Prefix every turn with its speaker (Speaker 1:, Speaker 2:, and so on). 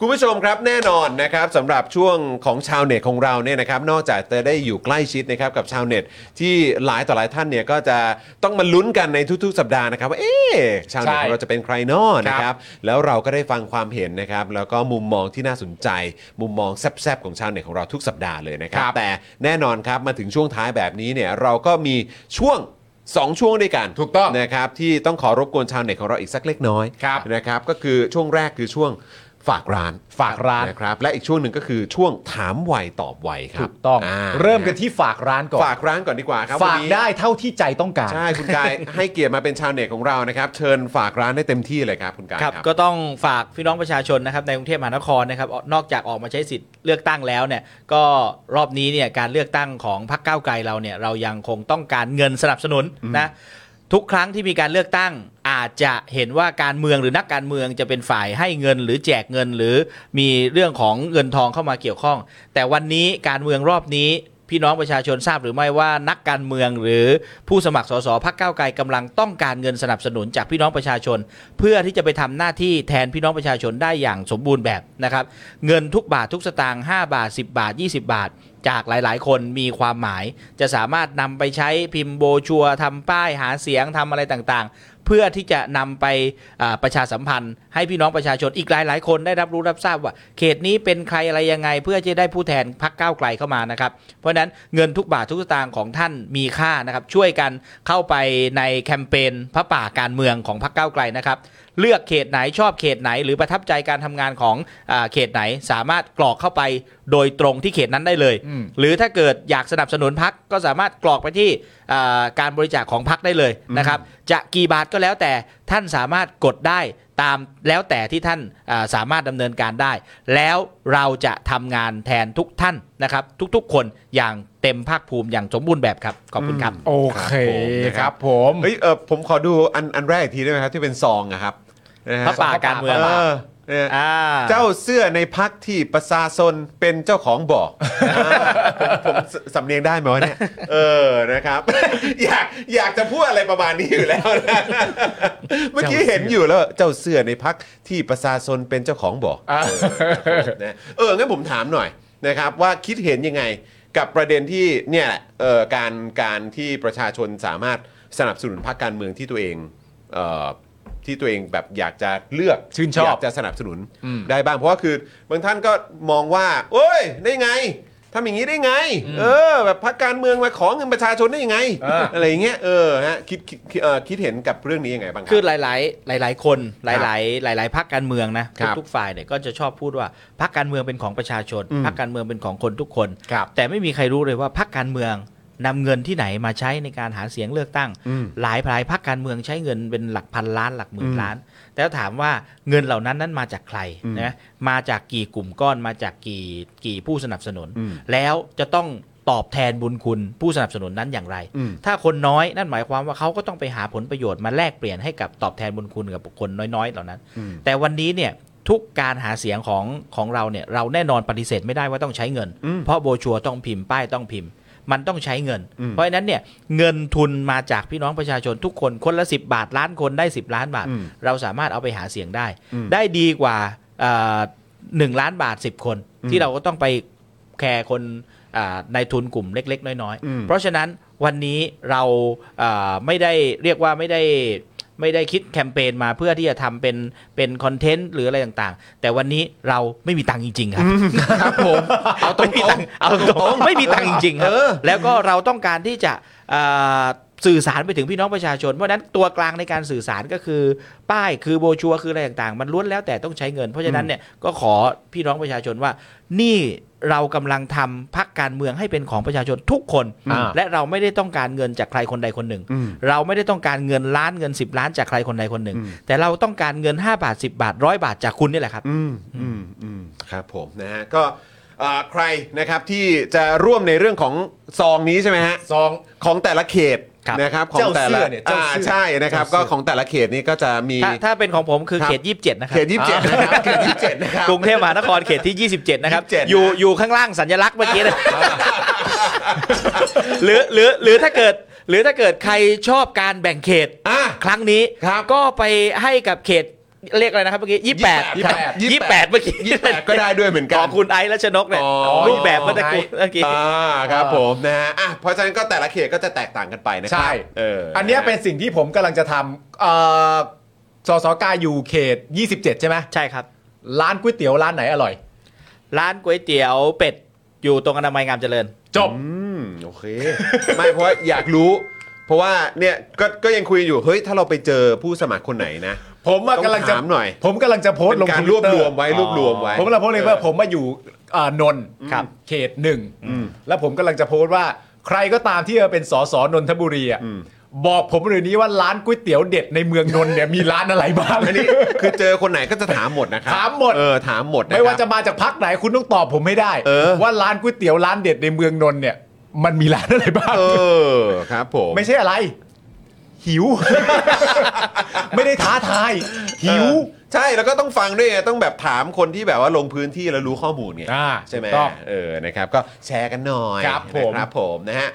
Speaker 1: คุณผู้ชมครับแน่นอนนะครับสำหรับช่วงของชาวเน็ตของเราเนี่ยนะครับนอกจากจะได้อยู่ใกล้ชิดนะครับกับชาวเน็ตที่หลายต่อหลายท่านเนี่ยก็จะต้องมาลุ้นกันในทุกๆ สัปดาห์นะครับว่าเอ๊ะชาวเน็ตข
Speaker 2: ใช่
Speaker 1: องเราจะเป็นใครนอนะครับแล้วเราก็ได้ฟังความเห็นนะครับแล้วก็มุมมองที่น่าสนใจ มุมมองแซบๆของชาวเน็ตของเราทุกสัปดาห์เลยนะครับ
Speaker 2: ครับ
Speaker 1: แต่แน่นอนครับมาถึงช่วงท้ายแบบนี้เนี่ยเราก็มีช่วงสองช่วงด้วยกัน
Speaker 2: ถูกต้อง
Speaker 1: นะครับที่ต้องขอรบกวนชาวเน็ตของเราอีกสักเล็กน้อย
Speaker 2: ครับ
Speaker 1: นะครับก็คือช่วงแรกคือช่วงฝากร้าน
Speaker 2: ฝากร้าน
Speaker 1: นะครับและอีกช่วงหนึ่งก็คือช่วงถามไวตอบไวครั
Speaker 2: ถู
Speaker 1: บ
Speaker 2: กต้อง
Speaker 1: า
Speaker 2: เริ่มกันที่ฝากร้านก่อน
Speaker 1: ฝากร้านก่อนดีกว่าครับ
Speaker 2: ฝาก
Speaker 1: วันนี้
Speaker 2: ได้เท่าที่ใจต้องการ
Speaker 1: ใช่คุณกาย ให้เกียรติมาเป็นชาวเน็ตของเรานะครับเชิญฝากร้านได้เต็มที่เลยครับคุณกาย
Speaker 3: ครับ
Speaker 1: ครับ
Speaker 3: ก็ต้องฝากพี่น้องประชาชนนะครับในกรุงเทพมหานครนะครับนอกจากออกมาใช้สิทธิ์เลือกตั้งแล้วเนี่ยก็รอบนี้เนี่ยการเลือกตั้งของพรรคก้าวไกลเราเนี่ยเรายังคงต้องการเงินสนับสนุนนะทุกครั้งที่มีการเลือกตั้งอาจจะเห็นว่าการเมืองหรือนักการเมืองจะเป็นฝ่ายให้เงินหรือแจกเงินหรือมีเรื่องของเงินทองเข้ามาเกี่ยวข้อง แต่วันนี้การเมืองรอบนี้พี่น้องประชาชนทราบหรือไม่ว่านักการเมืองหรือผู้สมัครสสพักเก้าวไกลกำลังต้องการเงินสนับสนุนจากพี่น้องประชาชน เพื่อที่จะไปทำหน้าที่แทนพี่น้องประชาชนได้อย่างสมบูรณ์แบบนะครับ เงินทุกบาททุกสตางค์5บาท 10 บาท 20 บาท จากหลาย ๆ คนมีความหมาย จะสามารถนำไปใช้พิมพ์โบชัวร์ทำป้ายหาเสียงทำอะไรต่างๆ เพื่อที่จะนำไปอ่าประชาสัมพันธ์ ให้พี่น้องประชาชนอีกหลาย ๆ คนได้รับรู้รับทราบว่า เขตนี้เป็นใครอะไรยังไง เพื่อจะได้ผู้แทนพักก้าวไกลเข้ามานะครับ เพราะฉะนั้นเงินทุกบาททุกสตางค์ของท่านมีค่านะครับ ช่วยกันเข้าไปในแคมเปญพระป่าการเมืองของพักก้าวไกลนะครับ เลือกเขตไหนชอบเขตไหน หรือประทับใจการทำงานของอาเขตไหนสามารถกรอกเข้าไปโดยตรงที่เขตนั้นได้เลย
Speaker 2: อืม
Speaker 3: หรือถ้าเกิดอยากสนับสนุนพักก็สามารถกรอกไปที่อ่าการบริจาคของพักได้เลยนะครับ จะกี่บาทก็แล้วแต่ท่านสามารถกดได้ตามแล้วแต่ที่ท่านอ่าสามารถดำเนินการได้ แล้วเราจะทำงานแทนทุกท่านนะครับ ทุกๆคนอย่างเต็มภาคภูมิอย่างสมบูรณ์แบบครับขอบคุณครับ
Speaker 2: โอเค
Speaker 1: ค
Speaker 2: ค
Speaker 1: รั
Speaker 2: รับ บผม
Speaker 1: เฮ้ยเออผมขอดูอันอันแรกอีกทีได้ไหมครับที่เป็นซองนะครับนะฮะ
Speaker 3: พระป่าการเมือง
Speaker 1: เออเนี่ย
Speaker 3: อ่า
Speaker 1: เจ้าเสื้อในพักที่ประชาชนเป็นเจ้าของบอก ผมผมสำเนียงได้ไหมวะเนี่ยเออนะครับ อยากอยากจะพูดอะไรประมาณนี้อยู่แล้ว นะเมื่อกี้เห็นอยู่แล้วเจ้าเสื้อในพักที่ประชาชนเป็นเจ้าของบอก
Speaker 2: อ่า
Speaker 1: เออครับผมนะเอองั้นผมถามหน่อยนะครับ ว่าคิดเห็นยังไงกับประเด็นที่เนี่ยแหละเออการการที่ประชาชนสามารถสนับสนุนพรรคการเมืองที่ตัวเองเออที่ตัวเองแบบอยากจะเลือก
Speaker 2: ชื่นชอบ
Speaker 1: ยากจะ จะสนับสนุนได้บ้างเพราะว่าคือบางท่านก็มองว่าโอ้ยได้ไงทำอย่างนี้ได้ไง เออ แบบพรรคการเมืองมาขอเงินประชาชนได้ยังไง
Speaker 2: เอออ
Speaker 1: ไรอย่างเงี้ยเออฮะคิดคิดคิดเอ่อคิดเห็นกับเรื่องนี้ยังไงบ้างครั
Speaker 3: คือหลาย ๆ หลาย ๆ คนหลาย ๆ หลาย ๆพักการเมืองนะครับ ทุกๆฝ่ายเนี่ยก็จะชอบพูดว่าพักการเมืองเป็นของประชาชน
Speaker 1: อืม
Speaker 3: พักการเมืองเป็นของคนทุกคน
Speaker 2: ครับ
Speaker 3: แต่ไม่มีใครรู้เลยว่าพักการเมืองนำเงินที่ไหนมาใช้ในการหาเสียงเลือกตั้ง
Speaker 1: อืม
Speaker 3: หลายหลายพักการเมืองใช้เงินเป็นหลักพันล้านหลักหมื่
Speaker 1: อื
Speaker 3: น
Speaker 1: ม
Speaker 3: ล้าน แต่ถามว่าเงินเหล่านั้นนั้นมาจากใคร
Speaker 1: อืม
Speaker 3: นะมาจากกี่กลุ่มก้อนมาจากกี่กี่ผู้สนับสนุน
Speaker 1: อืม
Speaker 3: แล้วจะต้องตอบแทนบุญคุณผู้สนับสนุนนั้นอย่างไร
Speaker 1: อืม
Speaker 3: ถ้าคนน้อยนั่นหมายความว่าเขาก็ต้องไปหาผลประโยชน์มาแลกเปลี่ยนให้กับตอบแทนบุญคุณกับบุคคลน้อยๆ เหล่านั้น
Speaker 1: อืม
Speaker 3: แต่วันนี้เนี่ยทุกการหาเสียงของของเราเนี่ยเราแน่นอนปฏิเสธไม่ได้ว่าต้องใช้เงิน
Speaker 1: อืม
Speaker 3: เพราะโบชัวร์ต้องพิมพ์ป้ายต้องพิมพ์ มันต้องใช้เงิน
Speaker 1: อืม
Speaker 3: เพราะฉะนั้นเนี่ยเงินทุนมาจากพี่น้องประชาชนทุกคนคนละ 10 บาทล้านคนได้ 10 ล้านบาท
Speaker 1: อืม
Speaker 3: เราสามารถเอาไปหาเสียงได้
Speaker 1: อืม
Speaker 3: ได้ดีกว่าเอ่อหนึ่งล้านบาท 10 คน
Speaker 1: อืม
Speaker 3: ที่เราก็ต้องไปแคร์คนอ่าในทุนกลุ่มเล็ก ๆ น้อย
Speaker 1: อืม
Speaker 3: ๆ เพราะฉะนั้นวันนี้เราเอ่อไม่ได้เรียกว่าไม่ได้ ไม่ได้คิดแคมเปญมาเพื่อที่จะทำเป็นเป็นคอนเทนต์หรืออะไรต่างๆ แต่วันนี้เราไม่มีตังค์จริง ๆ ครับ
Speaker 1: ครับผม
Speaker 3: เอาตรงๆเอาตรงๆไม่มีตังค์จริง ๆ ครับ
Speaker 1: เออ
Speaker 3: แล้วก็เราต้องการที่จะเอ่อสื่อสารไปถึงพี่น้องประชาชน เพราะฉะนั้นตัวกลางในการสื่อสารก็คือ ป้ายคือโบชัวร์คืออะไรต่างๆ มันล้วนแล้วแต่ต้องใช้เงิน เพราะฉะนั้นเนี่ยก็ขอพี่น้องประชาชนว่า นี่เรากำลังทำพักการเมืองให้เป็นของประชาชนทุกคน
Speaker 2: อ่า
Speaker 3: และเราไม่ได้ต้องการเงินจากใครคนใดคนหนึ่ง
Speaker 1: อืม
Speaker 3: เราไม่ได้ต้องการเงินล้านเงิน 10 ล้านจากใครคนใดคนหนึ่ง
Speaker 1: อืม
Speaker 3: แต่เราต้องการเงิน 5 บาท 10 บาทร้อยบาทจากคุณนี่แหละครับ
Speaker 1: อืมอืมอืมครับผมนะฮะก็เอ่อใครนะครับที่จะร่วมในเรื่องของซองนี้ใช่ไหมฮะ
Speaker 2: ซอง
Speaker 1: ของแต่ละเขต
Speaker 3: ครับ
Speaker 1: นะครับของ
Speaker 2: เจ้า
Speaker 1: แต่
Speaker 2: เสื้
Speaker 1: ละ
Speaker 2: อเนี่ยเจ้าเสื้อ
Speaker 1: ใช่นะครับ
Speaker 2: เจ้าเสื้
Speaker 1: ก็
Speaker 2: อ
Speaker 1: ของแต่ละเขตนี้ก็จะมี
Speaker 3: ถ้าถ้าเป็นของผมคือ
Speaker 1: ครับ
Speaker 3: เขต 27 นะครั
Speaker 1: เข
Speaker 3: บ
Speaker 1: ตยี่สิบเจ็ดนะครับเขตยี่สิบเจ็ดนะครับ
Speaker 3: กรุงเทพมหานครเขตที่ 27 นะครับ
Speaker 1: 27
Speaker 3: อยู่อยู่ข้างล่างสัญลักษณ์เมื่อกี้นะ หรือหรือหรือถ้าเกิด หรือถ้าเกิดใครชอบการแบ่งเขต
Speaker 1: อ่ะ
Speaker 3: ครั้งนี้
Speaker 1: ครับ
Speaker 3: ก็ไปให้กับเขต เลขอะไรนะครับเมื่อกี้ยี่แปด
Speaker 1: 28
Speaker 3: ยี่แปดเมื่อกี้
Speaker 1: ยี่แปดก็ได้ด้วยเหมือนกั
Speaker 3: ข
Speaker 1: น
Speaker 3: องคุณไอซ์และชนกเนี่ย
Speaker 1: อ๋อ
Speaker 3: รูปแบบเมื่อตะกี้เมื่อกี้
Speaker 1: อ่าครับผมนะฮะอ่ะเพราะฉะนั้นก็แต่ละเขตก็จะแตกต่างกันไปนะครั
Speaker 2: ใช่
Speaker 1: เอออั
Speaker 2: อันเนี้ยเป็นสิ่งที่ผมกำลังจะทำเอ่อสสกายอยู่เขต 27 ใช่ไหม
Speaker 3: ใช่ครับ
Speaker 2: ร้านก๋วยเตี๋ยวร้านไหนอร่อย
Speaker 3: ร้านก๋วยเตี๋ยวเป็ดอยู่ตรงอนามัยงามเจริญ
Speaker 2: จบ
Speaker 1: อืมโอ เค ไม่เพราะอยากรู้ เพราะว่าเนี่ยก็ก็ยังคุยอยู่เฮ้ยถ้าเราไปเจอผู้สมัครคนไหนนะ
Speaker 2: ผมอะ
Speaker 1: ต้อง
Speaker 2: กำลังจะ
Speaker 1: ถามหน่อย
Speaker 2: ผมกำลังจะโพส
Speaker 1: เป็
Speaker 2: ต์ลง
Speaker 1: นการ
Speaker 2: ท
Speaker 1: ร
Speaker 2: วิ
Speaker 1: ว
Speaker 2: ต
Speaker 1: บ
Speaker 2: เต
Speaker 1: ร
Speaker 2: อร์
Speaker 1: วมไว้รวบรวมไว้
Speaker 2: ผมกำลังโพสต์เลยว่า
Speaker 1: ออ
Speaker 2: ผมมาอยู่เอ่อนนท์
Speaker 3: ครับ
Speaker 2: เขตหนึ่งแล้วผมกำลังจะโพสต์ว่าใครก็ตามที่จะเป็นสสนนทบุรีอะบอกผมเลยนี้ว่าร้านก๋วยเตี๋ยวเด็ดในเมืองนนท์เนี่ยมีร้านอะไรบ้าง
Speaker 1: อันนี้คือเจอคนไหนก็จะถามหมดนะครับ
Speaker 2: ถามหมด
Speaker 1: เออถามหมดนครับ
Speaker 2: ไม่ว่าจะมาจากพักไหนคุณต้องตอบผมให้ได้
Speaker 1: เออ
Speaker 2: ว่าร้านก๋วยเตี๋ยวร้านเด็ดในเมืองนนท์เนี่ย มันมีร้านอะไรบ้าง
Speaker 1: เออครับผม
Speaker 2: ไม่ใช่อะไร หิว ไม่ได้ท้าทาย หิว
Speaker 1: เออใช่แล้วก็ต้องฟังด้วยไงต้องแบบถามคนที่แบบว่าลงพื้นที่แล้วรู้ข้อมูลไง
Speaker 2: อ่า
Speaker 1: ใช่ไหม
Speaker 2: ถูกต้อง
Speaker 1: เออนะครับ ก็แชร์กันหน่อย
Speaker 2: ครับผม
Speaker 1: นะครับผมนะฮะ